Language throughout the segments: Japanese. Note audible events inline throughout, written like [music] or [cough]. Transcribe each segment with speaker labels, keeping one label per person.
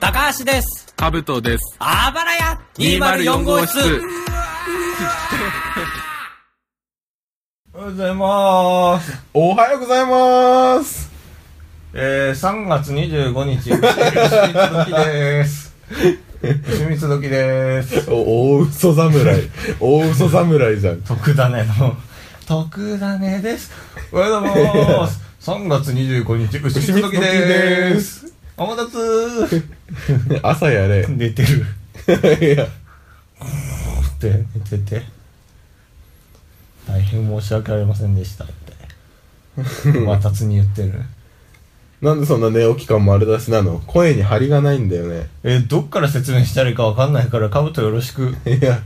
Speaker 1: 高橋です。
Speaker 2: カブトです。
Speaker 1: あばらや !204 号室。
Speaker 3: おはようございます。おはようございます。えー、3月25日、牛三つ時です。牛三つ時です。
Speaker 4: お大嘘侍大嘘侍じゃん
Speaker 3: 徳種の、徳種です。おはようございます。3月25日、牛三つ時です。お待たせ
Speaker 4: 朝やれ
Speaker 3: 寝てる。
Speaker 4: [laughs] いや
Speaker 3: って寝てて。大変申し訳ありませんでしたって。またつに言ってる。
Speaker 4: なんでそんな寝起き感丸出しなの声に張りがないんだよね
Speaker 3: えー、どっから説明したらいいかわかんないから、カブトよろしく。
Speaker 4: いや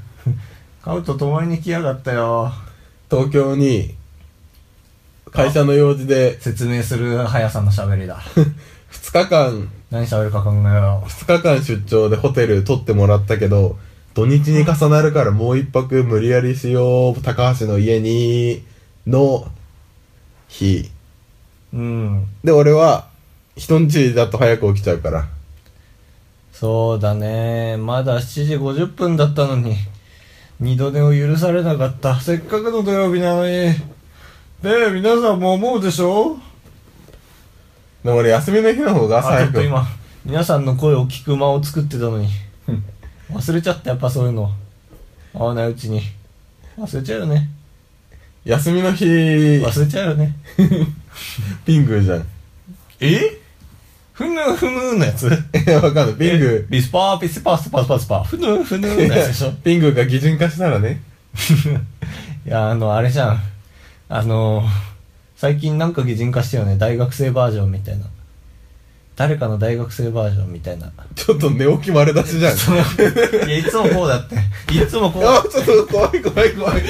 Speaker 3: カブト泊まりに来やがったよ。
Speaker 4: 東京に会社の用事で
Speaker 3: 説明する速さの喋りだ。 [laughs]
Speaker 4: 2日間
Speaker 3: 何喋るか考えよ
Speaker 4: 2日間出張でホテル取ってもらったけど土日に重なるからもう一泊無理やりしよう高橋の家にの日
Speaker 3: う。うん。
Speaker 4: で俺は人んちだと早く起きちゃうから
Speaker 3: そうだね。まだ7時50分だったのに、二度寝を許されなかった。せっかくの土曜日なのに。で、皆さんも思うでしょ
Speaker 4: でも俺休みの日の方が朝
Speaker 3: あ、ちょ
Speaker 4: 早
Speaker 3: っ
Speaker 4: く
Speaker 3: と今、皆さんの声を聞く間を作ってたのに。忘れちゃった、やっぱそういうの。会わないうちに。忘れちゃうよね。
Speaker 4: 休みの日
Speaker 3: 忘れちゃうよね。
Speaker 4: ピングじゃん。
Speaker 3: えふぬふぬのやつ
Speaker 4: いや、わかん [laughs] ない。ピング、
Speaker 3: ビスパーピスパースパスパスパふぬ [laughs] ふぬのやつでしょ
Speaker 4: [laughs] ピングが擬人化したらね。
Speaker 3: いやあのあれじゃんあの最近なんか擬人化したよね大学生バージョンみたいな誰かの大学生バージョンみたいな
Speaker 4: ちょっと寝起き丸出しじゃん。 [laughs]
Speaker 3: そのいやいつもこうだっていつもこうだ
Speaker 4: あ、ちょっと怖い怖
Speaker 3: [laughs]
Speaker 4: い怖い。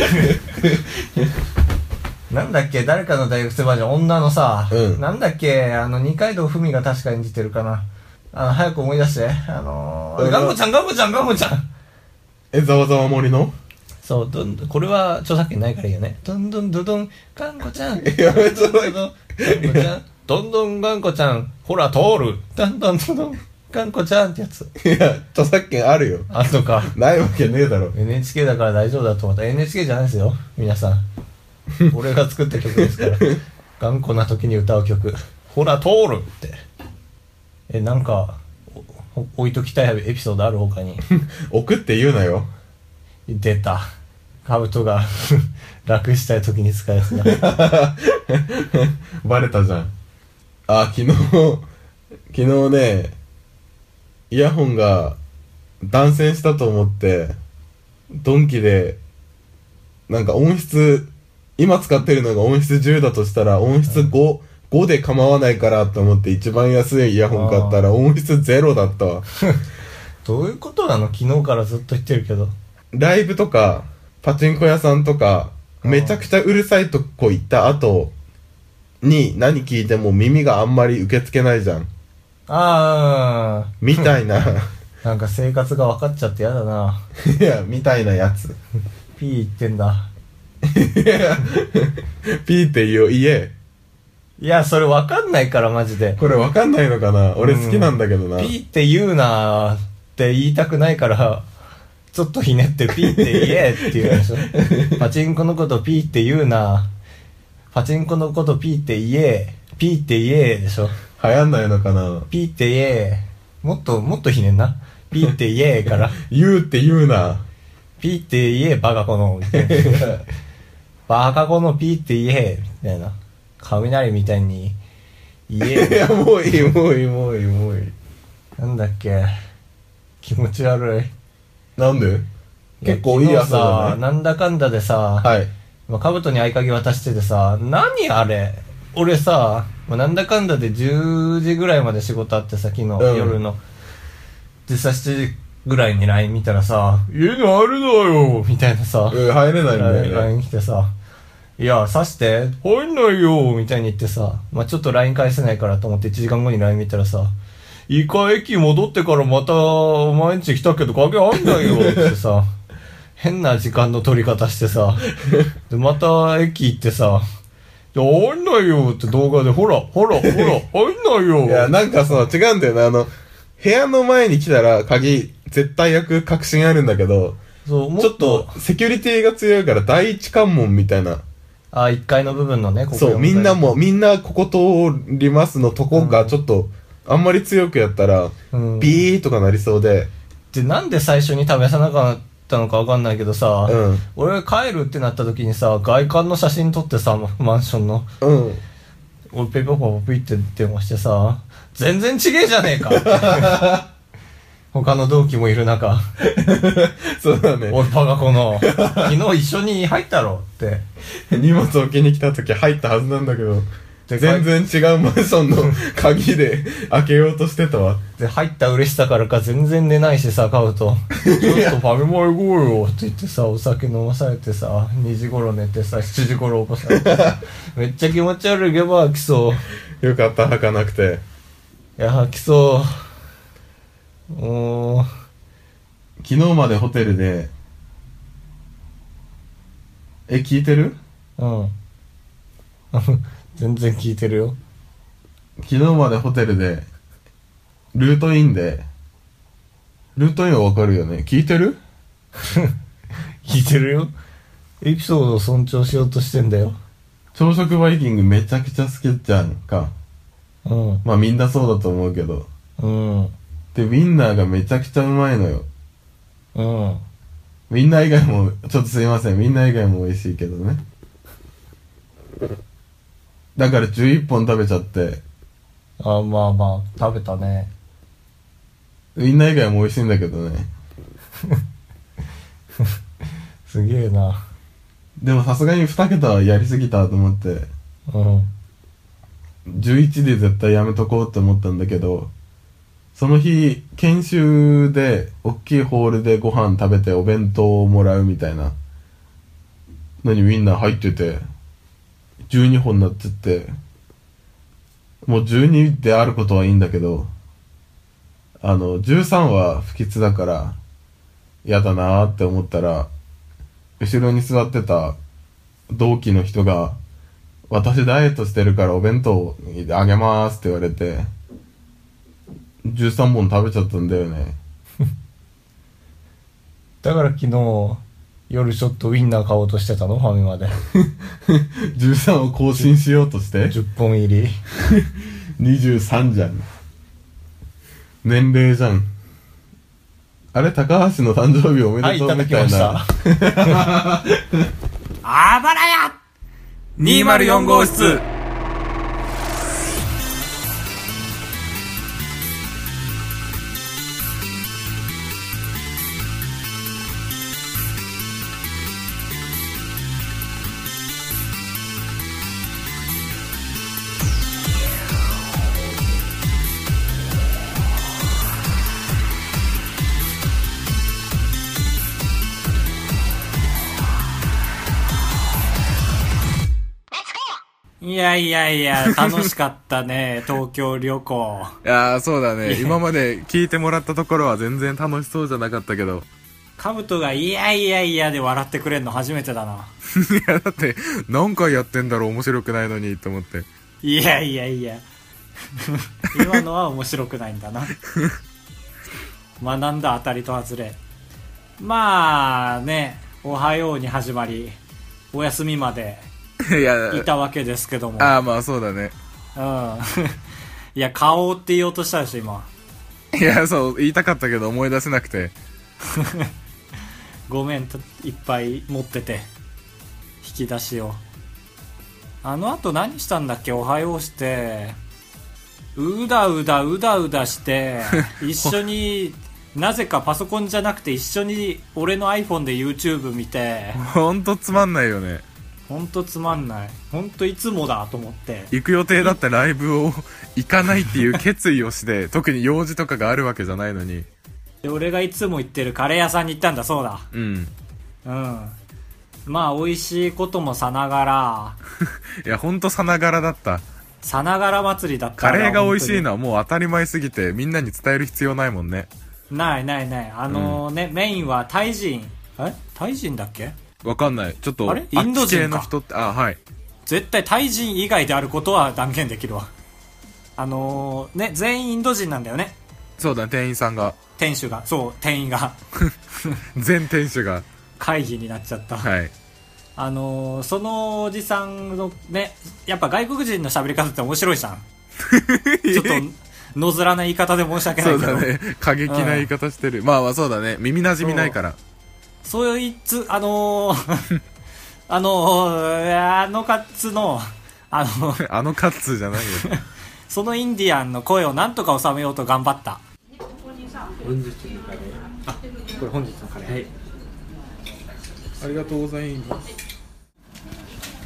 Speaker 3: なんだっけ誰かの大学生バージョン女のさ、
Speaker 4: うん
Speaker 3: なんだっけあの二階堂ふみが確か演じてるかなあの早く思い出してあの
Speaker 4: うん
Speaker 3: ー、ガンコちゃんガンコちゃんガンコちゃん
Speaker 4: え、ざわざわ森の
Speaker 3: そう、どんどん、これは著作権ないからいいよね。どんどんどどん、がんこちゃん。
Speaker 4: やめちゃう
Speaker 3: どんどんどん、がんこちゃん。どんどんがんこちゃん。ほら、通る。どんどんどどん、がんこちゃんってやつ。
Speaker 4: いや、著作権あるよ。
Speaker 3: あとか。
Speaker 4: ないわけねえだろ。 [laughs]
Speaker 3: NHK だから大丈夫だと思った。NHK じゃないですよ。皆さん。俺が作った曲です [laughs] から。頑固な時に歌う曲。ほら、通るって。え、なんか、おお置いときたいエピソードある他 [laughs] に。
Speaker 4: 送って言うなよ。
Speaker 3: 出た。カブトが [laughs] 楽したい時に使うやつだ。
Speaker 4: [laughs] バレたじゃん。あ、昨日、昨日ね、イヤホンが断線したと思って、ドンキで、なんか音質、今使ってるのが音質10だとしたら音質5、5で構わないからと思って一番安いイヤホン買ったら音質0だった [laughs] わ。
Speaker 3: どういうことなの昨日からずっと言ってるけど。
Speaker 4: ライブとか、パチンコ屋さんとか、
Speaker 3: あー
Speaker 4: めちゃくちゃうるさいとこ行った後に何聞いても耳があんまり受け付けないじゃん。
Speaker 3: あ
Speaker 4: みたいな、
Speaker 3: ー、なんか生活が分かっちゃってやだな。
Speaker 4: [laughs] いや、みたいなやつ。 [laughs]
Speaker 3: ピー言ってんだ。
Speaker 4: いや、ピーって言おう、言え。
Speaker 3: いや、それ分かんないからマジで。
Speaker 4: これわかんないのかな俺
Speaker 3: うん
Speaker 4: 好きなんだけどな。
Speaker 3: ピーって言うなーって言いたくないから、ちょっとひねってピーって言えって言うでしょ。パチンコのことピーって言うなパチンコのことピーって言え、ピーって言えでしょ。
Speaker 4: 流行んないのかな
Speaker 3: ピーって言え、もっともっとひねんな。ピーって言えから。
Speaker 4: 言うって言うな。
Speaker 3: ピーって言え、バカこの。
Speaker 4: [laughs]
Speaker 3: みたいなバカこのピーって言え、みたいな。雷みたいに言
Speaker 4: [laughs] い
Speaker 3: え。
Speaker 4: や、もういい、もういい、もういい、もういい。
Speaker 3: なんだっけ。気持ち悪い。
Speaker 4: なんで結構いい
Speaker 3: や
Speaker 4: やつ
Speaker 3: 昨日
Speaker 4: だ
Speaker 3: さ、
Speaker 4: ね。
Speaker 3: なんだかんだでさ、
Speaker 4: はい。
Speaker 3: まあ、カブトに合鍵渡しててさ、何あれ俺さ、まあ、なんだかんだで10時ぐらいまで仕事あってさ、昨日、
Speaker 4: うん
Speaker 3: 夜の。でさ、7時ぐらいに LINE 見たらさ、家にあるのよみたいなさ、
Speaker 4: うん入れないんだよね。
Speaker 3: LINE 来てさ、いや、刺して、入んないよみたいに言ってさ、まあちょっと LINE 返せないからと思って1時間後に LINE 見たらさ、イカ駅戻ってからまたお前んち来たけど鍵あんないよって
Speaker 4: [laughs]
Speaker 3: さ、変な時間の取り方してさ、で、また駅行ってさ、いや、入
Speaker 4: [laughs]
Speaker 3: んないよって動画で、ほら、ほら、ほら、入んないよ
Speaker 4: いや、なんかその違うんだよね。あの、部屋の前に来たら鍵絶対開く確信あるんだけど、
Speaker 3: そう、も
Speaker 4: ちょっとセキュリティが強いから第一関門みたいな。
Speaker 3: あ、1階の部分のね、ここ
Speaker 4: そう、みんな
Speaker 3: も
Speaker 4: も、みんなここ通りますのとこがちょっと、あんまり強くやったら、
Speaker 3: うん
Speaker 4: ビーとかなりそうで、
Speaker 3: でなんで最初に食べさなかったのかわかんないけどさ、
Speaker 4: うん
Speaker 3: 俺帰るってなった時にさ外観の写真撮ってさマンションの
Speaker 4: うん。
Speaker 3: 俺ペイパーパーピって電話してさ全然ちげえじゃねえか他の同期もいる中
Speaker 4: [laughs] そうだ
Speaker 3: 「
Speaker 4: ね。
Speaker 3: おいバカこの昨日一緒に入ったろ」って
Speaker 4: 荷物置きに来た時入ったはずなんだけど、
Speaker 3: で
Speaker 4: 全然違うマンションの鍵で開けようとしてたわ。
Speaker 3: で入った嬉しさからか全然寝ないしさ買うと「ちょっとファミマ行こうよ」って言ってさお酒飲まされてさ2時頃寝てさ7時頃起こされてさめっちゃ気持ち悪いゲバー来そう
Speaker 4: よかった、履かなくて。
Speaker 3: いや吐きそうもう
Speaker 4: 昨日までホテルで、え、聞いてる
Speaker 3: うん [laughs] 全然聞いてるよ
Speaker 4: 昨日までホテルで、ルートインで、ルートインはわかるよね聞いてる
Speaker 3: 聞いてるよエピソードを尊重しようとしてんだよ
Speaker 4: 朝食バイキングめちゃくちゃ好きじゃんか。
Speaker 3: うん
Speaker 4: まあみんなそうだと思うけど。
Speaker 3: うん
Speaker 4: で、ウィンナーがめちゃくちゃうまいのよ。
Speaker 3: うん
Speaker 4: ウィンナー以外も、ちょっとすいません。ウィンナー以外も美味しいけどね。だから11本食べちゃって、
Speaker 3: あまあまあ食べたね
Speaker 4: ウィンナー以外も美味しいんだけどね。
Speaker 3: すげえな
Speaker 4: でもさすがに2桁はやりすぎたと思って、
Speaker 3: うん
Speaker 4: 11で絶対やめとこうって思ったんだけどその日研修で大きいホールでご飯食べてお弁当をもらうみたいなのにウィンナー入ってて12本になっちゃってもう12であることはいいんだけどあの13は不吉だから嫌だなーって思ったら後ろに座ってた同期の人が私ダイエットしてるからお弁当あげますって言われて、13本食べちゃったんだよね。 [laughs]
Speaker 3: だから昨日夜ちょっとウインナー買おうとしてたのファミマで
Speaker 4: 13を更新しようとして、
Speaker 3: 10本入り
Speaker 4: 23じゃん。年齢じゃん。あれ、高橋の誕生日おめ
Speaker 3: は
Speaker 4: で
Speaker 3: いい
Speaker 4: と
Speaker 3: た
Speaker 4: う
Speaker 3: だ
Speaker 4: み
Speaker 3: き
Speaker 4: た
Speaker 3: ま
Speaker 4: い
Speaker 3: し
Speaker 4: な。
Speaker 3: た
Speaker 1: あばらや !204 号室いやいやいや、楽しかったね、 [laughs] 東京旅行。
Speaker 4: いやー、そうだ
Speaker 2: [laughs]
Speaker 4: ね。今まで聞いてもらったところは全然楽しそうじゃなかったけど。 [laughs]
Speaker 1: カブトがいやいやいやで笑ってくれんの初めてだな。
Speaker 4: いや、だって、何回やってんだろう、面白くないのに、と思って。 [laughs]
Speaker 1: いやいやいや。 [laughs] 今のは面白くないんだな。 [laughs] 学んだ当たりと外れ。まあね、おはように始まり、お休みまで
Speaker 4: いや
Speaker 1: いたわけですけども。
Speaker 4: ああ、まあそうだね。
Speaker 1: うん。 [laughs] いや、顔って言おうとしたでしょ、今。
Speaker 4: いや、そう、言いたかったけど思い出せなくて。
Speaker 1: ごめんと、いっぱい持ってて。引き出しを。あの後何したんだっけおはようして。うだうだうだうだ
Speaker 4: [laughs]
Speaker 1: して、一緒に、なぜかパソコンじゃなくて一緒に俺の iPhone で YouTube 見て、
Speaker 4: ほんとつまんないよね。
Speaker 1: ほんとつまんない。ほんといつもだと思って。
Speaker 4: 行く予定だったライブを行かないっていう決意をして、特に用事とかがあるわけじゃないのに。
Speaker 1: で、俺がいつも行ってるカレー屋さんに行ったんだ、そうだ。
Speaker 4: うん。
Speaker 1: うん。まあ、美味しいこともさながら、
Speaker 4: いや、ほんとさながらだった。
Speaker 1: さながら祭りだった
Speaker 4: カレーが美味しい
Speaker 1: な
Speaker 4: のはもう当たり前すぎて、みんなに伝える必要ないもんね。
Speaker 1: ないないないあのね、メインはタイ人えタイ人だっけ
Speaker 4: わかんない。ちょっと、
Speaker 1: あれインド人か
Speaker 4: あっち系の人って、あ、はい。
Speaker 1: 絶対タイ人 [laughs] 以外であることは断言できるわあのね全員インド人なんだよね
Speaker 2: そうだね、店員さんが。
Speaker 1: 店主がそう店員が [laughs]
Speaker 2: 全店主が。
Speaker 1: 会議になっちゃった、
Speaker 2: はい。
Speaker 1: あのーそのおじさんのねやっぱ外国人の喋り方って面白い [laughs] じゃんちょっと野面な言い方で申し訳ない
Speaker 2: そ
Speaker 1: け
Speaker 2: う
Speaker 1: ど
Speaker 2: だね。過激な言い方してる。まあまあそうだね。耳馴染みないから。
Speaker 1: そういういつ、あのー [laughs] あのーあのカッツの、あの、
Speaker 2: あのカッツーじゃないよ。
Speaker 1: [laughs] そのインディアンの声をなんとか収めようと頑張った。
Speaker 2: ありがとうございます。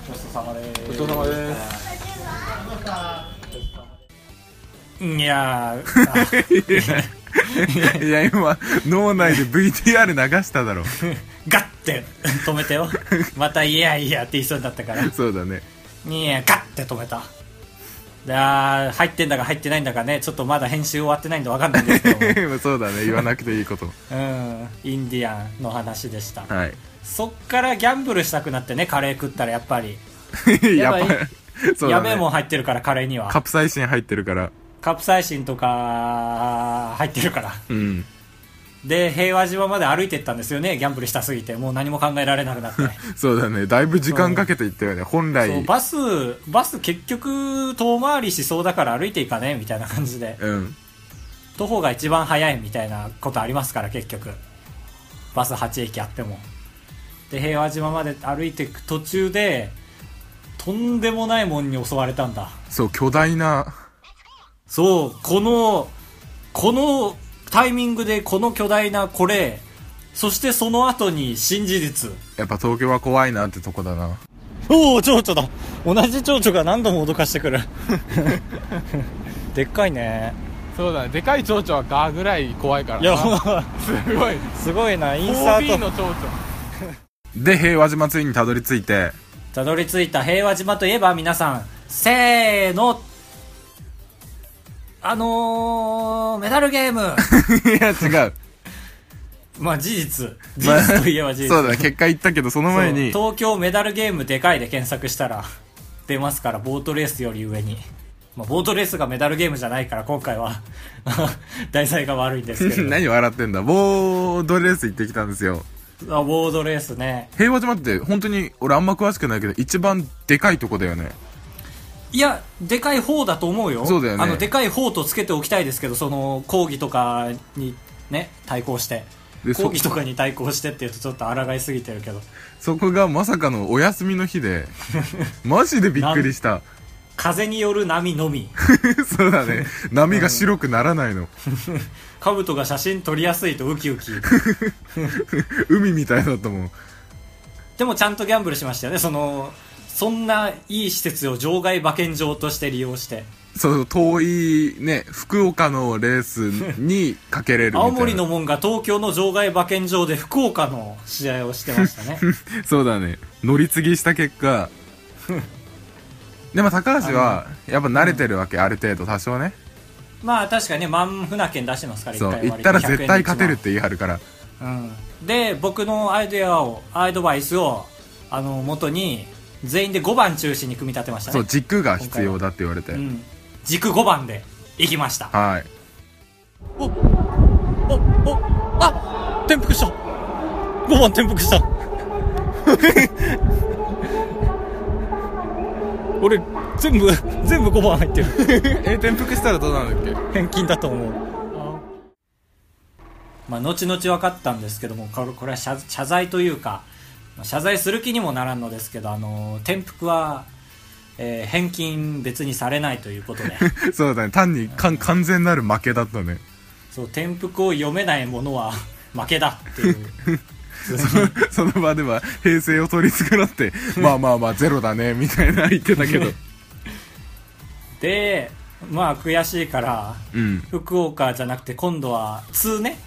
Speaker 1: ごちそうさまで
Speaker 2: ごちそうさまです。
Speaker 1: いやー、
Speaker 2: いや、今、脳内で VTR 流しただろ。
Speaker 1: ガッて止めて [laughs] よ。また、いやいやって言いそうになったから。
Speaker 2: そうだね。
Speaker 1: いや、ガッて止めた。いやー入ってんだか入ってないんだかね、ちょっとまだ編集終わってないんでわかんないんですけ [laughs] ども
Speaker 2: [laughs] そうだね。言わなくていいこと。
Speaker 1: うん、インディアンの話でした。
Speaker 2: はい。
Speaker 1: そっからギャンブルしたくなってね、カレー食ったらやっぱり。
Speaker 2: [laughs] やっぱ
Speaker 1: やばい
Speaker 2: り、そうだ
Speaker 1: や
Speaker 2: ね。
Speaker 1: べえもん入ってるから、カレーには。
Speaker 2: カプサイシン入ってるから。
Speaker 1: カプサイシンとか入ってるから
Speaker 2: うん。
Speaker 1: で平和島まで歩いてったんですよねギャンブルしたすぎてもう何も考えられなくなって
Speaker 2: そうだね。だいぶ時間かけていったよね。本来。
Speaker 1: そうバスバス結局遠回りしそうだから歩いていかねみたいな感じで
Speaker 2: うん。
Speaker 1: 徒歩が一番早いみたいなことありますから結局バス8駅あってもで平和島まで歩いていく途中でとんでもないもんに襲われたんだ
Speaker 2: そう、巨大な、
Speaker 1: そう、この、このタイミングでこの巨大なこれ、そしてその後に新事実。
Speaker 2: やっぱ東京は怖いなってとこだな。
Speaker 1: おお、蝶々だ同じ蝶々が何度も脅かしてくる。でっかいね。
Speaker 5: そうだねでかい蝶々はガーぐらい怖いから
Speaker 1: いや、
Speaker 5: な
Speaker 1: もう
Speaker 5: すごい
Speaker 1: すごいな、インサ
Speaker 5: OB
Speaker 1: ート。
Speaker 5: の蝶々
Speaker 2: で、平和島ついにたどり着
Speaker 5: [laughs]
Speaker 2: いて、
Speaker 1: たどり着いた平和島といえば皆さん、せーの。あのー、メダルゲー [laughs] ム。
Speaker 2: いや、違う。
Speaker 1: まあ事実。事
Speaker 2: まあ
Speaker 1: 実といえば事実。
Speaker 2: そうだね。結果言ったけど、その前に、
Speaker 1: そう東京メダルゲームでかいで検索したら出ますからボートレースより上に、まあ、ボートレースがメダルゲームじゃないから今回は [laughs] 題材が悪いんですけど
Speaker 2: [laughs] [laughs] 何笑ってんだ。ボードレース行ってきたんですよ。
Speaker 1: あボートレースね
Speaker 2: 平和島って、本当に、俺あんま詳しくないけど、一番でかいとこだよね。
Speaker 1: いやでかい方だと思うよ
Speaker 2: そうだよね
Speaker 1: あのでかい方とつけておきたいですけどその抗議とかにね対抗して
Speaker 2: でそ
Speaker 1: 抗議とかに対抗してっていうとちょっと抗いすぎてるけど
Speaker 2: そこがまさかのお休みの
Speaker 1: [laughs]
Speaker 2: 日で、マジでびっくりした。
Speaker 1: 風による波の
Speaker 2: [laughs]
Speaker 1: み
Speaker 2: そうだね。波が白くならないの。
Speaker 1: 兜が写真撮りやすいとウキウキ
Speaker 2: 海みたいだったもん。
Speaker 1: でもちゃんとギャンブルしましたよね、その、そんないい施設を場外馬券場として利用して、
Speaker 2: そう、遠いね、福岡のレースにかけれるみたい
Speaker 1: [laughs]
Speaker 2: な。
Speaker 1: 青森の門が東京の場外馬券場で福岡の試合をしてましたね。
Speaker 2: [laughs] そうだね乗り継ぎした結果でも高橋はやっぱ慣れてるわけ、ある程度多少ね
Speaker 1: まあ確かにね、万船券出してますから、
Speaker 2: そう
Speaker 1: 1回割り
Speaker 2: 行ったら絶対勝てるっ。て言い張るから
Speaker 1: 100円で一番うん。で、僕のアイデアを、アドバイスを、あの、元に、全員で5番中心に組み立てましたね。
Speaker 2: そう軸が必要だって言われて、
Speaker 1: うん。軸5番で、行きました。
Speaker 2: はい
Speaker 1: おおおあ転覆した5番転覆した [laughs] 俺全部全部5番入ってる
Speaker 2: え転覆したらどうなるんだっ
Speaker 1: 返金だと思うまあ後々分かったんですけどもこれこれは謝謝罪というかまあ謝罪する気にもならんのですけどあの転覆は、えー返金別にされないということ [laughs] で
Speaker 2: け [laughs] そうだね単にかん完全なる負けだったね
Speaker 1: そう転覆を読めないものは負けだっていう
Speaker 2: その場では平成を取り繕ってまあまあまあゼロだねみたいな言ってたけど
Speaker 1: でまあ悔しいから
Speaker 2: うん
Speaker 1: 福岡じゃなくて今度は通ね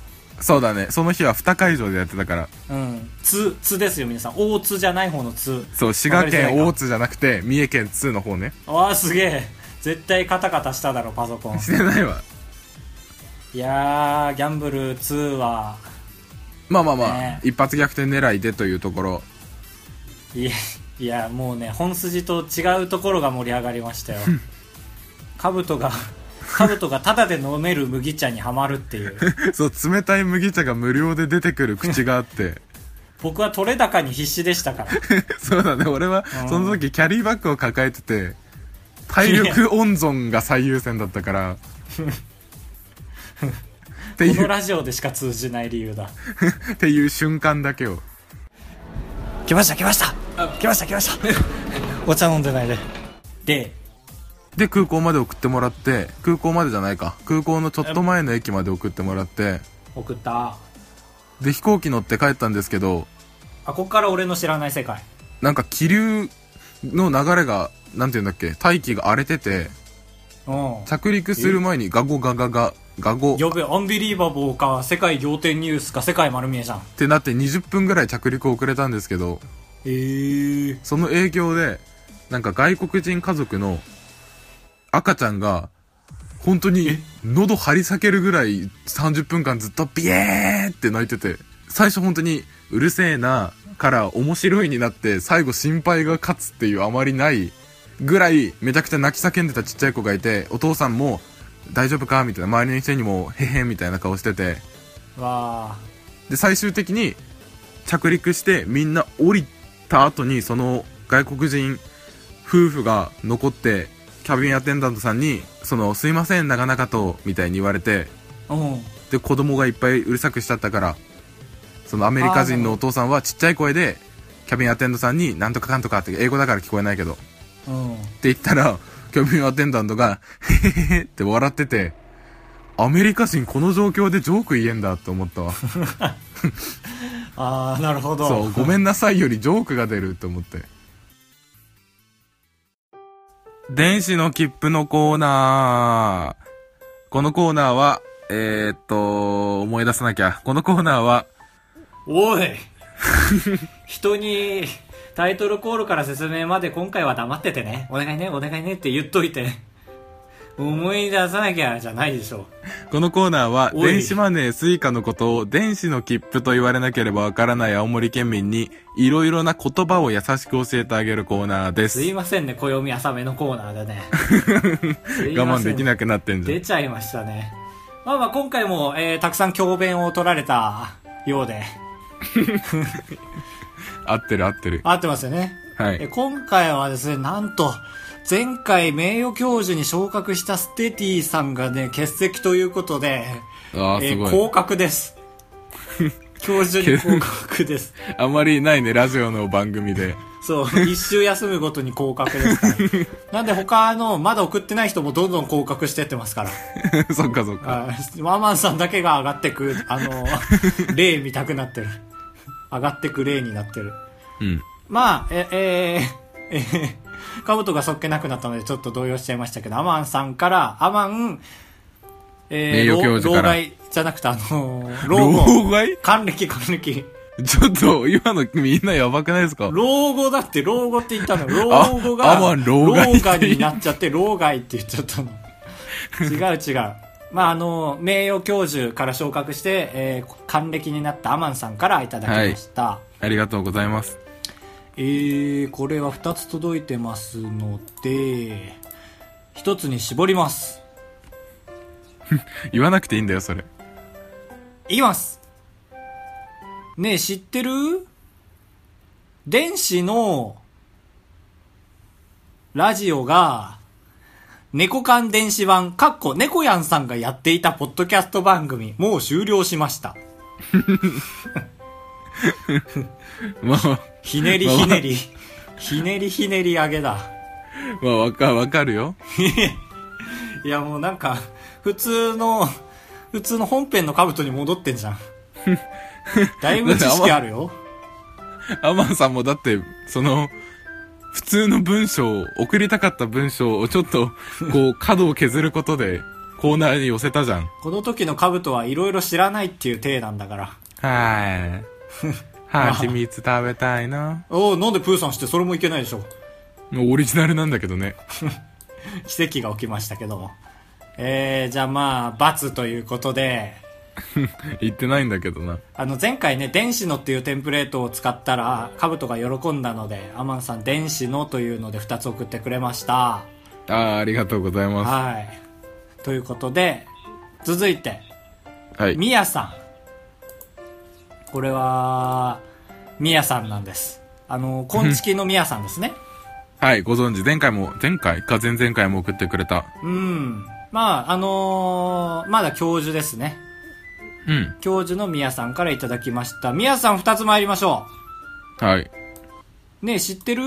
Speaker 2: そうだねその日は2会場でやってたから
Speaker 1: うん通通ですよ皆さん大津じゃない方の通
Speaker 2: そう滋
Speaker 1: わ
Speaker 2: 賀
Speaker 1: かりづらい
Speaker 2: 県
Speaker 1: か
Speaker 2: 大津じゃなくて三重県2の方ね
Speaker 1: ああすげえ絶対カタカタしただろパソ
Speaker 2: [laughs]
Speaker 1: コン
Speaker 2: してないわ
Speaker 1: いやーギャンブル2は
Speaker 2: まあまあまあ、
Speaker 1: ね
Speaker 2: 一発逆転狙いでというところ
Speaker 1: いやいや
Speaker 2: [laughs]
Speaker 1: もうね本筋と違うところが盛り上がりましたよ兜がカブトがタダで飲める麦茶にはまるっていう。
Speaker 2: [laughs] そう、冷たい麦茶が無料で出てくる口があって。
Speaker 1: 僕は取れ高に必死でしたから。
Speaker 2: そうだね、俺は、その時キャリーバッグを抱えてて、体力温存が最優先だっ
Speaker 1: [laughs]
Speaker 2: たから。って
Speaker 1: こ
Speaker 2: い
Speaker 1: の
Speaker 2: う、
Speaker 1: ラジオでしか通じない理由だ。
Speaker 2: っていう瞬間だけを。
Speaker 1: 来ました来ました来ました来ました [laughs] お茶飲んでないで。で、
Speaker 2: で、空港まで送ってもらって、空港までじゃないか。空港のちょっと前の駅まで送ってもらって、
Speaker 1: 送った。
Speaker 2: で、飛行機乗って帰ったんですけど、
Speaker 1: あ、こっから俺の知らない世界。
Speaker 2: なんか気流の流れが、なんて言うんだっけ、大気が荒れてて、
Speaker 1: うん。
Speaker 2: 着陸する前にガゴガガガ、ガゴっ
Speaker 1: 呼べ、アンビリーバボーか、世界仰天ニュースか、世界丸見えじゃん。
Speaker 2: てなって20分ぐらい着陸遅れたんですけど、
Speaker 1: ええー。
Speaker 2: その影響で、なんか外国人家族の赤ちゃんが、本当に喉張り裂けるぐらい30分間ずっとビエーって泣いてて、最初本当にうるせえなから面白いになって最後心配が勝つっていうあまりないぐらいめちゃくちゃ泣き叫んでたちっちゃい子がいて、お父さんも大丈夫かみたいな周りの人にもへへみたいな顔してて、
Speaker 1: わあ。
Speaker 2: で最終的に着陸してみんな降りた後にその外国人夫婦が残ってキャビンアテンダントさんに「そのすいません長々と」みたいに言われて
Speaker 1: うん。
Speaker 2: で子供がいっぱいうるさくしちゃったからそのアメリカ人のお父さんはちっちゃい声でキャビンアテンダントさんに「なんとかかんとか」って英語だから聞こえないけどって
Speaker 1: うん。
Speaker 2: 言ったらキャビンアテンダントが「へへへ」って笑っててアメリカ人この状況でジョーク言えんだと思ったわ
Speaker 1: ああ、なるほど。
Speaker 2: そう、ごめんなさいよりジョークが出ると思って。電子の切符のコーナー。このコーナーは、えー、っと、思い出さなきゃ。このコーナーは、
Speaker 1: おい [laughs] 人にタイトルコールから説明まで今回は黙っててねお願いねお願いねって言っといて思い出さなきゃじゃないでしょ
Speaker 2: このコーナーは、
Speaker 1: おい
Speaker 2: 電子マネースイカのことを電子の切符と言われなければわからない青森県民に、いろいろな言葉を優しく教えてあげるコーナーですす。
Speaker 1: いませんね暦浅めのコーナーで
Speaker 2: [laughs]
Speaker 1: ねすい
Speaker 2: 我
Speaker 1: ま
Speaker 2: 慢
Speaker 1: せん
Speaker 2: できなくなってんじゃ
Speaker 1: 出
Speaker 2: ん。
Speaker 1: ちゃいましたねまあまあ今回も、えーたくさん教鞭を取られたようで
Speaker 2: 合ってる合ってる。
Speaker 1: 合ってますよね
Speaker 2: は
Speaker 1: え
Speaker 2: い。
Speaker 1: 今回はですね、なんと、前回名誉教授に昇格したステティさんがね、欠席ということで、
Speaker 2: ああ、
Speaker 1: え
Speaker 2: す
Speaker 1: ー
Speaker 2: ごい。
Speaker 1: 降格
Speaker 2: [laughs]
Speaker 1: です。教授に降格です。
Speaker 2: あんまりないね、ラジオの番組で。 [laughs]
Speaker 1: そう、一周休むごとに降格ですから。なんで他の、まだ送ってない人もどんどん降格してってますから。
Speaker 2: そっかそっか。
Speaker 1: あーワンマンさんだけが上がってく、あ
Speaker 2: [laughs]
Speaker 1: の、例見たくなってる。上がってく例になってる。
Speaker 2: うん。
Speaker 1: まあ、え、えー、えー、カブトがそっけなくなったのでちょっと動揺しちゃいましたけど、アマンさんから、アマン、え
Speaker 2: 名誉教授
Speaker 1: 老
Speaker 2: から
Speaker 1: 害じゃなくて、あのー、老後。
Speaker 2: 老害
Speaker 1: 還暦、還暦。
Speaker 2: ちょっと、今のみんなやばくないですか
Speaker 1: 老後だって、老後って言ったの。老後
Speaker 2: あ
Speaker 1: が、
Speaker 2: アマン老害って言い
Speaker 1: 老になっちゃって、老害って言っちゃ [laughs] ったの。違う違う。まあ、あのー、名誉教授から昇格して、えー、還暦になったアマンさんからいただきました。
Speaker 2: ありがとうございます。
Speaker 1: えー、これは2つ届いてますので1つに絞ります
Speaker 2: 言わなくていいんだよ、それ。
Speaker 1: いきますねえ知ってる電子のラジオが猫缶電子版かっこ猫やんさんがやっていたポッドキャスト番組もう終了しました
Speaker 2: まあ、
Speaker 1: ひねりひねりひねりひねり上げだ
Speaker 2: まあ、わか、わかるよ。
Speaker 1: いやもうなんか、普通の、普通の本編の兜に戻ってんじゃん。だいぶ知識あるよ。
Speaker 2: アマンさんもだって、その、普通の文章、送りたかった文章をちょっと、こう、角を削ることで、コーナーに寄せたじゃ [laughs] ん。
Speaker 1: この時の兜はいろいろ知らないっていう体なんだから。
Speaker 2: はーい。蜂蜜食べたいな。
Speaker 1: おおなんでプーさんしてそれもいけないでしょ。 [laughs]
Speaker 2: もうオリジナルなんだけどね。
Speaker 1: 奇跡が起きましたけども。えー、じゃあまあ、罰ということで、
Speaker 2: 言ってないんだけどな。
Speaker 1: あの前回ね、電子のっていうテンプレートを使ったら、兜が喜んだので、アマンさん電子のというので2つ送ってくれました。
Speaker 2: ああ、ありがとうございます。
Speaker 1: はい。ということで、続いて、
Speaker 2: はい。
Speaker 1: みやさん。これは、みやさんなんです。あの、昆虫のみやさんですね。
Speaker 2: はい、ご存知、前回も、前回か前々回も送ってくれた。
Speaker 1: うん。まあ、あのーまだ教授ですね。
Speaker 2: うん。
Speaker 1: 教授のみやさんからいただきました。みやさん二つ参りましょ
Speaker 2: はい。
Speaker 1: う。ねえ、知ってる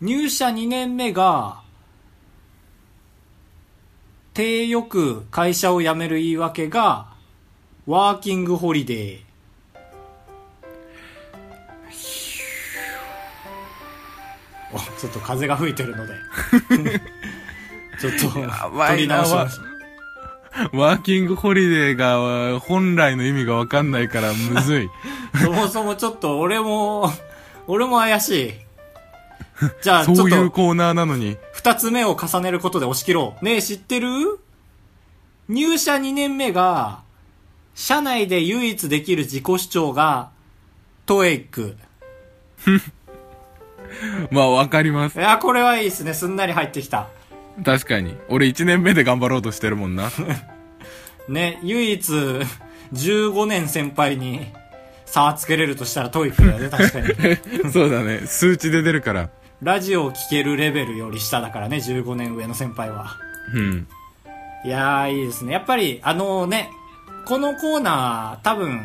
Speaker 1: 入社2年目が、手よく会社を辞める言い訳が、ワーキングホリデー。あちょっと風が吹いてるの
Speaker 2: [laughs]
Speaker 1: で。ちょっと、
Speaker 2: ばいな
Speaker 1: 取り直しました。
Speaker 2: ワーキングホリデーが、本来の意味がわかんないから、むず [laughs] い。
Speaker 1: そもそもちょっと俺も、 [laughs] 俺も怪しい。じゃあ、ちょっ
Speaker 2: そういう
Speaker 1: と、
Speaker 2: コーナーなのに。
Speaker 1: 二つ目を重ねることで押し切ろう。ねえ、知ってる入社2年目が、社内で唯一できる自己主張が、トエイク。
Speaker 2: まあ、わかります
Speaker 1: い。や、これはいいですね。すんなり入ってきた。
Speaker 2: 確かに。俺1年目で頑張ろうとしてるもん [laughs] な。
Speaker 1: ね、唯一、15年先輩に差をつけれるとしたらトイックだよね、確かに。
Speaker 2: [laughs] そうだね。数値で出るから。
Speaker 1: ラジオを聴けるレベルより下だからね、15年上の先輩は。
Speaker 2: うん。
Speaker 1: いやー、いいですね。やっぱり、あのね、このコーナー、多分、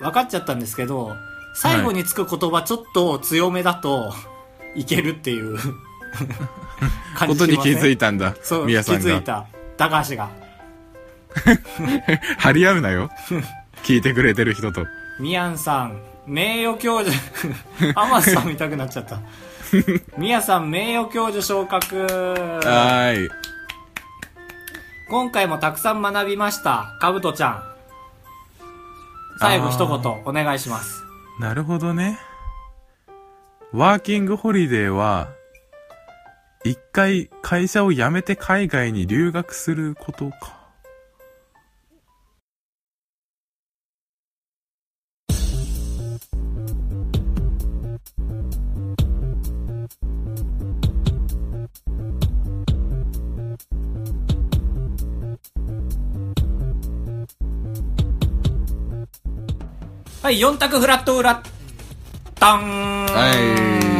Speaker 1: 分かっちゃったんですけど、最後につく言葉ちょっと強めだと、 [laughs] いけるっていう
Speaker 2: [laughs]
Speaker 1: 感
Speaker 2: こ
Speaker 1: じ
Speaker 2: とに気づ
Speaker 1: い
Speaker 2: いたんだ。
Speaker 1: そう、気
Speaker 2: みやさん
Speaker 1: づい
Speaker 2: が。
Speaker 1: た。高橋が。
Speaker 2: 張り合うな [laughs] よ。聞いてくれてる人と。
Speaker 1: みやんさん、名誉教
Speaker 2: [laughs]
Speaker 1: 授、アマさん見たくなっちゃった。みやさん、名誉教授昇格。
Speaker 2: はーい。
Speaker 1: 今回もたくさん学びました。かぶとちゃん。最後一言、お願いします。
Speaker 2: なるほどね。ワーキングホリデーは、一回会社を辞めて海外に留学することか。
Speaker 1: はい、4択フラット裏、タン、
Speaker 2: は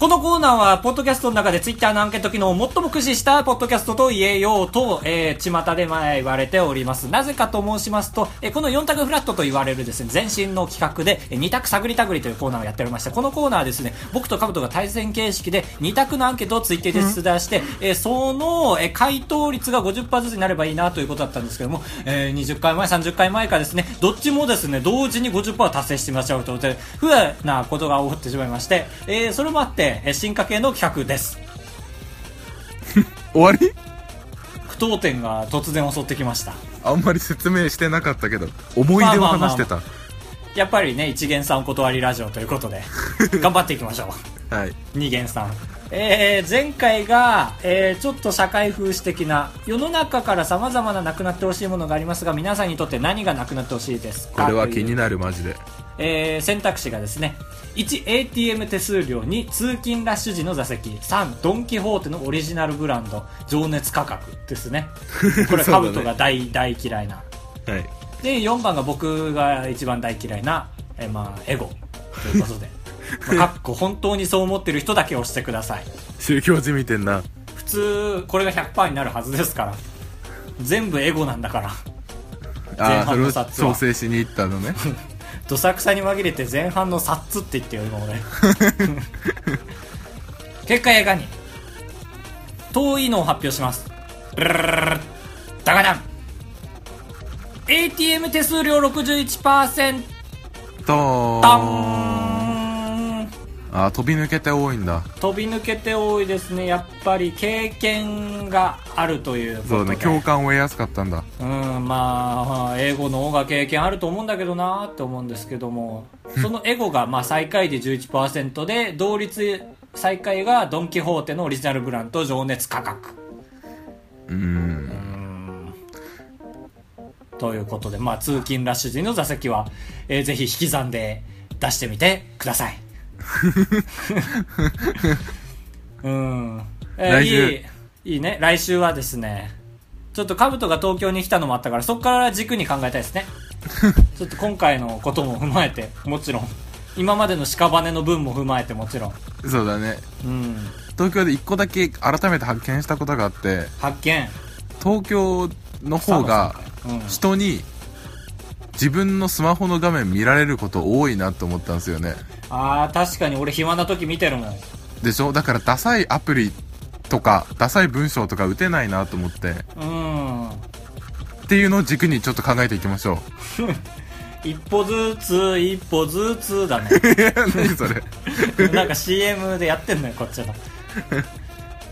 Speaker 1: このコーナーは、ポッドキャストの中でツイッターのアンケート機能を最も駆使した、ポッドキャストと言えようと、えー、巷で前言われております。なぜかと申しますと、えーこの4択フラットと言われるですね、前身の企画で、え2択探り探りというコーナーをやっておりまして、このコーナーはですね、僕とカブトが対戦形式で2択のアンケートをツイッターで出題して、えーその、えー回答率が50%ずつになればいいなということだったんですけども、えー20回前、30回前かですね、どっちもですね、同時に50%達成してみましょうということで、不安なことが起こってしまいまして、えーそれもあって、えー進化系の企画です。
Speaker 2: 終わり
Speaker 1: 不当点が突然襲ってきました。
Speaker 2: あんまり説明してなかったけど、思い出を話してた。
Speaker 1: やっぱりね、一元さんお断りラジオということで、頑張っていきましょう。
Speaker 2: はい。
Speaker 1: 二元さん。えー前回が、えーちょっと社会風刺的な、世の中から様々ななくなってほしいものがありますが、皆さんにとって何がなくなってほしいです
Speaker 2: こ
Speaker 1: か
Speaker 2: れは
Speaker 1: という
Speaker 2: 気になるマジで。
Speaker 1: えー選択肢がですね 1ATM 手数料2通勤ラッシュ時の座席3ドン・キホーテのオリジナルブランド情熱価格です
Speaker 2: [laughs]
Speaker 1: ねこれ
Speaker 2: そうだ
Speaker 1: カ
Speaker 2: ね
Speaker 1: ブトが大、大嫌いな
Speaker 2: はい。
Speaker 1: で4番が僕が一番大嫌いな、えーまあ、エゴという
Speaker 2: [laughs]
Speaker 1: ことでまあかっこ本当にそう思ってる人だけ押してください
Speaker 2: 宗教じみてんな。
Speaker 1: 普通これが100%になるはずですから全部エゴなんだから前
Speaker 2: ああ、そ
Speaker 1: 半
Speaker 2: れ
Speaker 1: の
Speaker 2: を
Speaker 1: 札は
Speaker 2: 創生しに行ったのね。
Speaker 1: どさくさに紛れて前半のサッツって言ってよ今
Speaker 2: [laughs]
Speaker 1: 俺結果映画に遠いのを発表しますルルルルルルダガダン ATM 手数料61%
Speaker 2: とーあー、飛び抜けて多いんだ。
Speaker 1: 飛び抜けて多いですねやっぱり経験があるという
Speaker 2: そ
Speaker 1: こ
Speaker 2: う
Speaker 1: と
Speaker 2: ね、
Speaker 1: で
Speaker 2: 共感を得やすかったんだ。
Speaker 1: うんまあ英語の方が経験あると思うんだけどなって思うんですけどもそのエゴがまあ最下位で11%で同率最下位がドン・キホーテのオリジナルブランド情熱価格
Speaker 2: うーん。
Speaker 1: ということで、まあ、通勤ラッシュ時の座席は、えーぜひ引き算で出してみてくださ
Speaker 2: [laughs]
Speaker 1: いうん、えー
Speaker 2: 来週
Speaker 1: いいいいね。来週はですね、ちょっとカブトが東京に来たのもあったから、そこから軸に考えたいです
Speaker 2: [laughs]
Speaker 1: ね。ちょっと今回のことも踏まえて、もちろん。今までの屍の分も踏まえてもちろん。
Speaker 2: そうだね
Speaker 1: うん。
Speaker 2: 東京で一個だけ改めて発見したことがあって
Speaker 1: 発見。
Speaker 2: 東京の方が
Speaker 1: うん。
Speaker 2: 人に自分のスマホの画面見られること多いなと思ったんですよね
Speaker 1: あー、確かに俺暇な時見てるもん。
Speaker 2: でしょだからダサいアプリとかダサい文章とか打てないなと思って
Speaker 1: うん。
Speaker 2: っていうのを軸にちょっと考えていきましょう [laughs]
Speaker 1: 一歩ずつ、一歩ずつだね。
Speaker 2: 何それ
Speaker 1: なんか CM でやってんのよ、こっちの。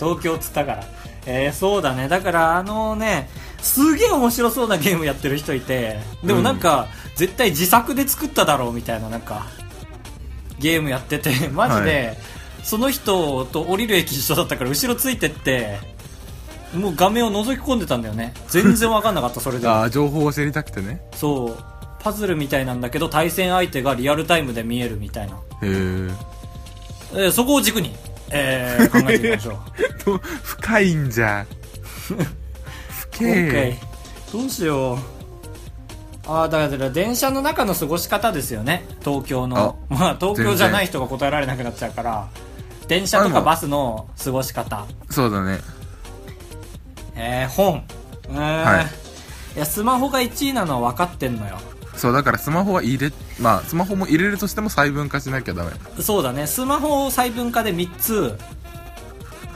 Speaker 1: 東京っつったから。えー、そうだね。だから、あのね、すげえ面白そうなゲームやってる人いて、でもなんか、絶対自作で作っただろうみたいな、なんか、ゲームやってて、マジで、その人と降りる駅一緒だったから、後ろついてって、もう画面を覗き込んでたんだよね。全然わかんなかった、それでも。
Speaker 2: ああ情報を知りたくてね
Speaker 1: そう。パズルみたいなんだけど、対戦相手がリアルタイムで見えるみたいな。
Speaker 2: へ
Speaker 1: え
Speaker 2: え
Speaker 1: ーそこを軸に、え [laughs] ー考えていきましょう。
Speaker 2: [laughs] 深いんじゃ深
Speaker 1: 今
Speaker 2: え
Speaker 1: 回、どうしよう。ああ、だから電車の中の過ごし方ですよね。東京の。まあ、東京じゃない人が答えられなくなっちゃうから、電車と
Speaker 2: あで
Speaker 1: か
Speaker 2: も
Speaker 1: バスの過ごし方。
Speaker 2: そうだね
Speaker 1: えー、本。えー
Speaker 2: はい
Speaker 1: い、や、スマホが1位なのは分かってんのよ。
Speaker 2: そうだからスマホは入れまあスマホも入れるとしても細分化しなきゃダメ
Speaker 1: そうだね。スマホを細分化で3つ、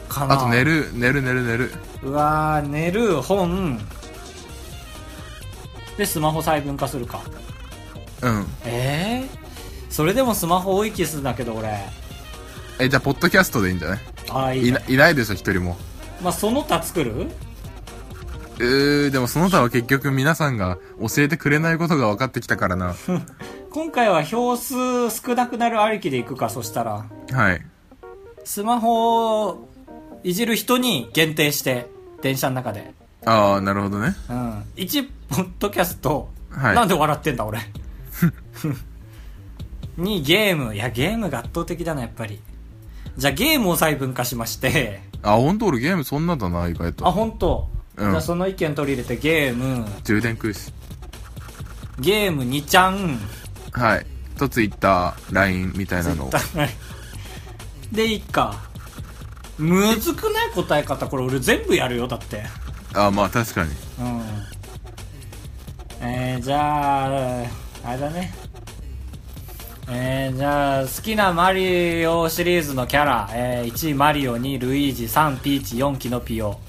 Speaker 1: かな。
Speaker 2: あと寝る寝る寝る寝る
Speaker 1: うわー寝る本でスマホ細分化するか
Speaker 2: うん
Speaker 1: ええそれでもスマホ多い気するんだけど俺
Speaker 2: えじゃあポッドキャストでいいんじゃない
Speaker 1: ああいい,、
Speaker 2: いないないでしょ一人も
Speaker 1: まあその他作る
Speaker 2: えー、でもその他は結局皆さんが教えてくれないことが分かってきたからな
Speaker 1: 今回は票数少なくなるありきでいくかそしたら
Speaker 2: はい
Speaker 1: スマホをいじる人に限定して電車の中で
Speaker 2: ああなるほどね
Speaker 1: うん1ポッドキャスト、
Speaker 2: はい
Speaker 1: なんで笑ってんだ俺 [laughs] にゲームいやゲームが圧倒的だなやっぱりじゃあゲームを細分化しまして
Speaker 2: あ本当俺ゲームそんなだな意外
Speaker 1: あ
Speaker 2: と
Speaker 1: 本当。
Speaker 2: うん
Speaker 1: じゃあその意見取り入れてゲーム
Speaker 2: 充電食うし
Speaker 1: ゲーム2ちゃん [laughs]
Speaker 2: はいと TwitterLINE みたいなのを
Speaker 1: でいいかむずくない答え方これ俺全部やるよだって
Speaker 2: あまあ確かに
Speaker 1: うんえー、じゃああれだねえー、じゃあ好きなマリオシリーズのキャラ、えー、1位マリオ2ルイージ3ピーチ4キノピオ、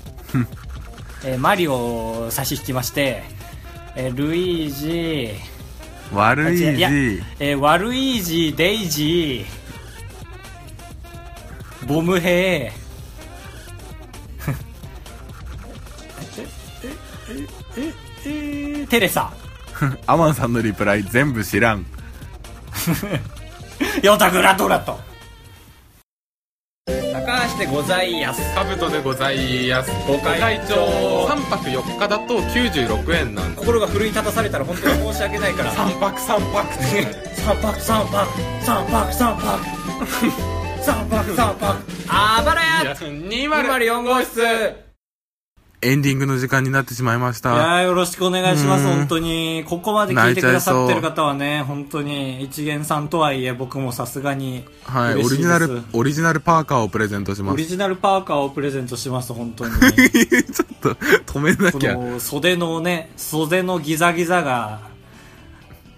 Speaker 1: えー、マリオを差し引きまして、えー、ルイージ
Speaker 2: 悪い
Speaker 1: いや
Speaker 2: 字
Speaker 1: えー、悪い字、デイジー、ボム兵、えええええテレサ、
Speaker 2: アマンさんのリプライ全部知らん
Speaker 1: ヨタグラドラと。高橋でございやす。
Speaker 5: カブトでございますご会長3泊4日だと96円なんだ
Speaker 1: 心が奮い立たされたら本当に申し訳ないから。三泊三泊。 [laughs] 三泊三泊。三泊三 [laughs] 泊。三泊三泊。あばらや
Speaker 5: 204号室
Speaker 2: エンディングの時間になってしまいまし
Speaker 1: いや
Speaker 2: た
Speaker 1: ーよろしくお願いします、
Speaker 2: うん
Speaker 1: 本当に。ここまで聞いてくださってる方はね、本当に、一元さんとはいえ、僕もさすがに、
Speaker 2: はい
Speaker 1: 嬉
Speaker 2: オ
Speaker 1: しいで
Speaker 2: リジ
Speaker 1: す
Speaker 2: ナルオリジナルパーカーをプレゼントしま
Speaker 1: オ
Speaker 2: す
Speaker 1: リジナルパーカーをプレゼントします、本当
Speaker 2: [laughs]
Speaker 1: に。
Speaker 2: ちょっと止めな
Speaker 1: こ
Speaker 2: きゃ
Speaker 1: の、袖のね、袖のギザギザが、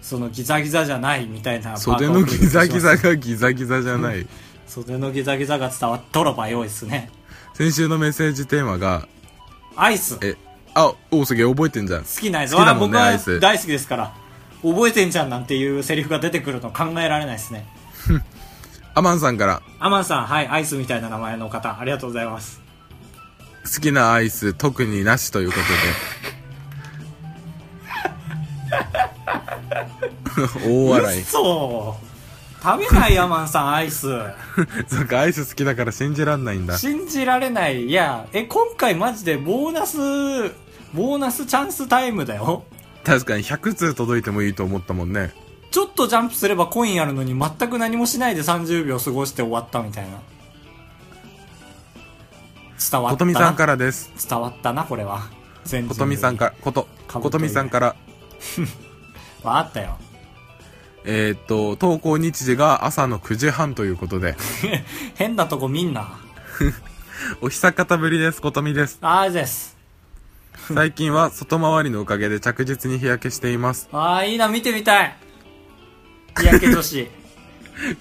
Speaker 1: そのギザギザじゃないみたいなパーカ
Speaker 2: 袖
Speaker 1: ーをプ
Speaker 2: の
Speaker 1: レ
Speaker 2: ギ
Speaker 1: ゼントしま
Speaker 2: ザ
Speaker 1: す
Speaker 2: ギザがギザギザじゃない
Speaker 1: 袖のギザギザが伝わっとればよいですね。
Speaker 2: 先週のメッセージテーマが
Speaker 1: アイス。好
Speaker 2: えあおすげえ覚えてんじゃん
Speaker 1: きなアイス。
Speaker 2: 好きだもんね
Speaker 1: あ
Speaker 2: アイ
Speaker 1: 僕は
Speaker 2: ス
Speaker 1: 大好きですから。覚えてんじゃんなんていうセリフが出てくるの考えられないですね。
Speaker 2: アマンさんから
Speaker 1: アマンさん、はい、アイスみたいな名前の方、ありがとうございます。
Speaker 2: 好きなアイス特になしということで [laughs] 大笑い
Speaker 1: そう食べないアマンさん、アイ
Speaker 2: [laughs]
Speaker 1: ス。
Speaker 2: そっかアイス好きだから信じらんないんだ
Speaker 1: 信じられない。いや、え、今回マジでボーナス、ボーナスチャンスタイムだよ。
Speaker 2: 確かに100通届いてもいいと思ったもんね
Speaker 1: ちょっとジャンプすればコインあるのに全く何もしないで30秒過ごして終わったみたいな。伝わっ
Speaker 2: こ
Speaker 1: た
Speaker 2: とみ
Speaker 1: な
Speaker 2: さんからです。
Speaker 1: 伝わったなこれは全人類
Speaker 2: ことみさんから、こと、
Speaker 1: かぶ
Speaker 2: こと
Speaker 1: とい
Speaker 2: みさんから、
Speaker 1: わかったよ
Speaker 2: えーっと、投稿日時が朝の9時半ということで、
Speaker 1: 変なとこ見んな
Speaker 2: お久方ぶりです、ことみです。
Speaker 1: あーです
Speaker 2: 最近は外回りのおかげで着実に日焼けしています。
Speaker 1: ああいいな見てみたい日焼け女子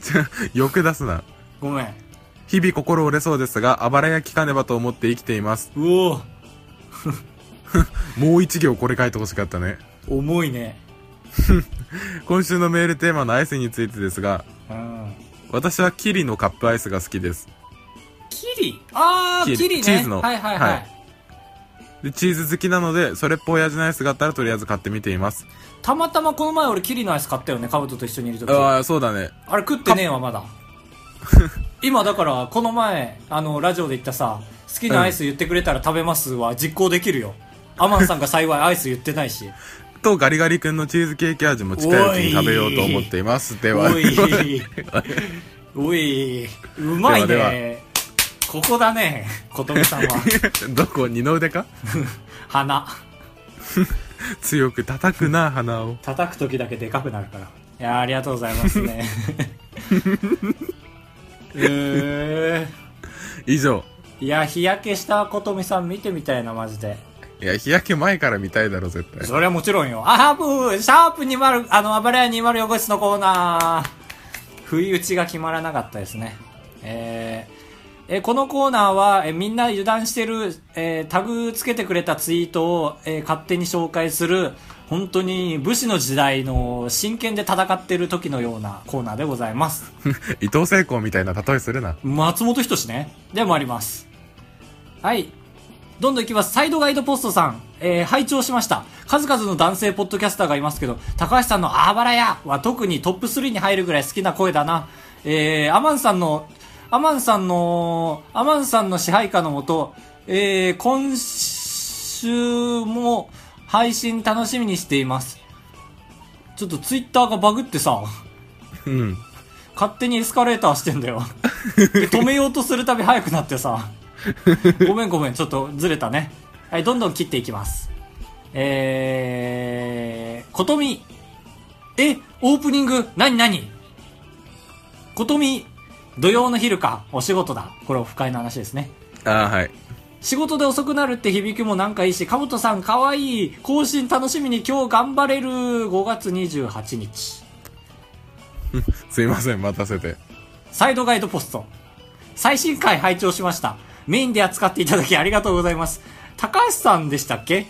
Speaker 2: ちょ欲出すな。
Speaker 1: ごめん
Speaker 2: 日々心折れそうですが、あばらやきかねばと思って生きています。
Speaker 1: うおー
Speaker 2: もう一行これ書いてほしかったね。
Speaker 1: 重いね
Speaker 2: 今週のメールテーマのアイスについてですが、
Speaker 1: うん
Speaker 2: 私はキリのカップアイスが好きです。
Speaker 1: キリああ
Speaker 2: キ
Speaker 1: キ
Speaker 2: リ
Speaker 1: リね
Speaker 2: チーズの
Speaker 1: はいはいはい、
Speaker 2: はいで、チーズ好きなので、それっぽい味のアイスがあったらとりあえず買ってみています。
Speaker 1: たまたまこの前俺キリのアイス買ったよねカブトと一緒にいる時あ
Speaker 2: ああ、そうだね。
Speaker 1: れ食ってねえわ
Speaker 2: [laughs]
Speaker 1: まだ今だからこの前あのラジオで言ったさ好きなアイス言ってくれたら食べますは実行できるよ、アマンさんが幸いアイス言ってないし
Speaker 2: と、ガリガリ君のチーズケーキ味も近いうちに食べようと思っています。では、 [laughs]
Speaker 1: おいおいうまいね
Speaker 2: では
Speaker 1: ここだね琴美さんは
Speaker 2: どこ二の腕か
Speaker 1: 鼻
Speaker 2: 強く叩くな、鼻を。
Speaker 1: 叩く時だけでかくなるからいやーありがとうございます [laughs] ねえ
Speaker 2: 以上。
Speaker 1: ー、いや日焼けしたことみさん見てみたいなマジで
Speaker 2: いや、日焼け前から見たいだろ、絶対。
Speaker 1: それはもちろんよあーブーシャープ20あの暴れ屋204号室のコーナー不意打ちが決まらなかったですねえーえーこのコーナーは、えーみんな油断してる、えータグつけてくれたツイートを、えー勝手に紹介する、本当に武士の時代の真剣で戦ってる時のようなコーナーでございます。
Speaker 2: 伊藤聖光みたいな例えするな。
Speaker 1: 松本人志ね。でもあります。はい。どんどんいきます。サイドガイドポストさん。えー、拝聴しました。数々の男性ポッドキャスターがいますけど、高橋さんのあばらやは特にトップ3に入るぐらい好きな声だな。えー、アマンさんの、アマンさんの、アマンさんの支配下のもと、えー、今週も配信楽しみにしています。ちょっとツイッターがバグってさ、
Speaker 2: うん。
Speaker 1: 勝手にエスカレーターしてんだよで止めようとするたび速くなってさごめんごめんちょっとずれたねはいどんどん切っていきますえー、ことみえオープニング何何ことみ土曜の昼かお仕事だこれオフ会の話ですね
Speaker 2: ああ、はい。
Speaker 1: 仕事で遅くなるって響きもなんかいいし、かぶとさんかわいい。更新楽しみに今日頑張れる。5月28日。
Speaker 2: すいません、待たせて。
Speaker 1: サイドガイドポスト。最新回拝聴しました。メインで扱っていただきありがとうございます。高橋さんでしたっけ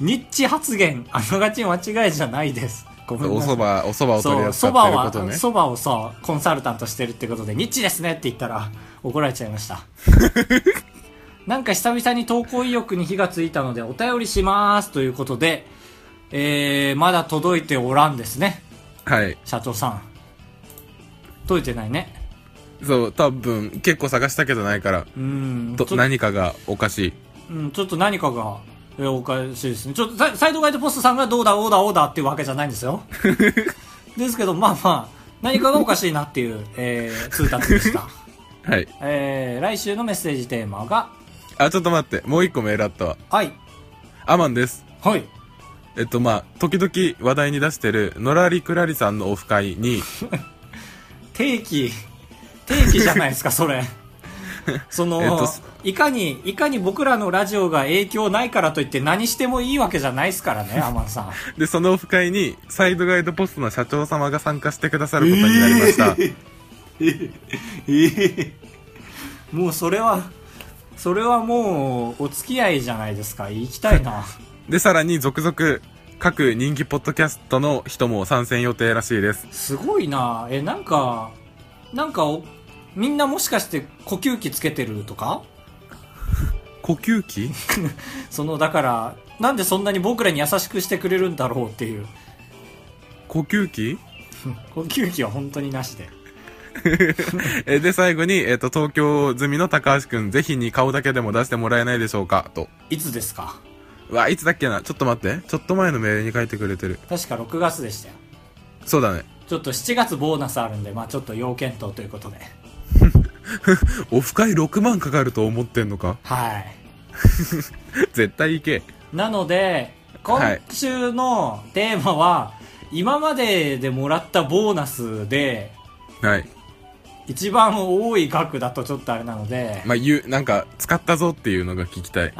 Speaker 1: ニッチ発言、あながち間違いじゃないです。ごめん
Speaker 2: お
Speaker 1: なさい
Speaker 2: 蕎。麦、お蕎麦を取り
Speaker 1: そう、そ
Speaker 2: 扱って
Speaker 1: ば
Speaker 2: るこ
Speaker 1: は、
Speaker 2: とね。
Speaker 1: そばをさ、コンサルタントしてるってことで、ニッチですねって言ったら、怒られちゃいま
Speaker 2: [laughs]
Speaker 1: した。なんか久々に投稿意欲に火がついたので、お便りしますということで、えー、まだ届いておらんですね、
Speaker 2: はい。
Speaker 1: 社長さん。届いてないね。
Speaker 2: そう、多分、結構探したけどないから、
Speaker 1: うーん。
Speaker 2: と
Speaker 1: ちょっと
Speaker 2: 何かがおかしい。
Speaker 1: うん、ちょっと何かが、えーおかしいですね。ちょっとサイ、サイドガイドポストさんがどうだ、オーダー、オーダーっていうわけじゃないんです
Speaker 2: [laughs]
Speaker 1: よ。ですけど、まあまあ、何かがおかしいなっていう、えー、通達で
Speaker 2: [laughs]
Speaker 1: した。
Speaker 2: はい。
Speaker 1: えー、来週のメッセージテーマが、
Speaker 2: あ、ちょっと待って、もう一個メールあったわ。
Speaker 1: はい。
Speaker 2: アマンです。
Speaker 1: はい。
Speaker 2: えっと、まあ、時々話題に出してる、のらりくらりさんのオフ会に、
Speaker 1: 定期、定期じゃないですか、そ
Speaker 2: [laughs]
Speaker 1: れ。その、
Speaker 2: えっと
Speaker 1: いかに、いかに僕らのラジオが影響ないからといって何してもいいわけじゃないですからね、アマンさん。
Speaker 2: で、そのオフ会に、サイドガイドポストの社長様が参加してくださることになりました。
Speaker 1: [laughs] もうそれは、それはもう、お付き合いじゃないですか。行きたいな。
Speaker 2: で、さらに続々、各人気ポッドキャストの人も参戦予定らしいです。
Speaker 1: [laughs] すごいなえ、なんか、なんかお、みんなもしかして呼吸器つけてるとか
Speaker 2: 呼吸器
Speaker 1: その、だから、なんでそんなに僕らに優しくしてくれるんだろうっていう。
Speaker 2: 呼吸器
Speaker 1: 呼吸器は本当になしで。
Speaker 2: えで、最後に、えっ、と、東京済みの高橋くん、ぜひに顔だけでも出してもらえないでしょうか、と。
Speaker 1: いつですか
Speaker 2: うわ、いつだっけなちょっと待って。ちょっと前のメールに書いてくれてる。
Speaker 1: 確か6月でしたよ。
Speaker 2: そうだね。
Speaker 1: ちょっと7月ボーナスあるんで、まあちょっと要検討ということで。
Speaker 2: オフ会6万かかると思ってんのか
Speaker 1: はい。
Speaker 2: 絶対行け。
Speaker 1: なので、
Speaker 2: は
Speaker 1: 今
Speaker 2: い
Speaker 1: 週のテーマは、今まででもらったボーナスで、
Speaker 2: はい。
Speaker 1: 一番多い額だとちょっとあれなので、
Speaker 2: まあ、言う、なんか、使ったぞっていうのが聞きたい。
Speaker 1: うん、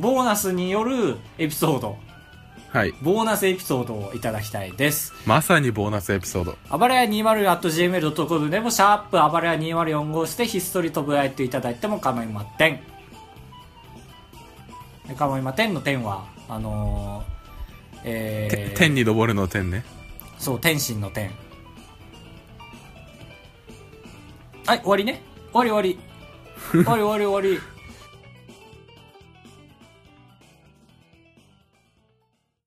Speaker 1: ボーナスによるエピソード、
Speaker 2: はい。
Speaker 1: ボーナスエピソードをいただきたいです。
Speaker 2: まさにボーナスエピソード。
Speaker 1: あばれや 20.gmail.com でも、シャープ、あばれや204号して、ひっそりとぶやいていただいても構いません。で構いませんの点は、あのー、えー、
Speaker 2: 天に昇るの天ね。
Speaker 1: そう、天心の天。はい、終わりね。終わり終わり。終わり終わり終わり。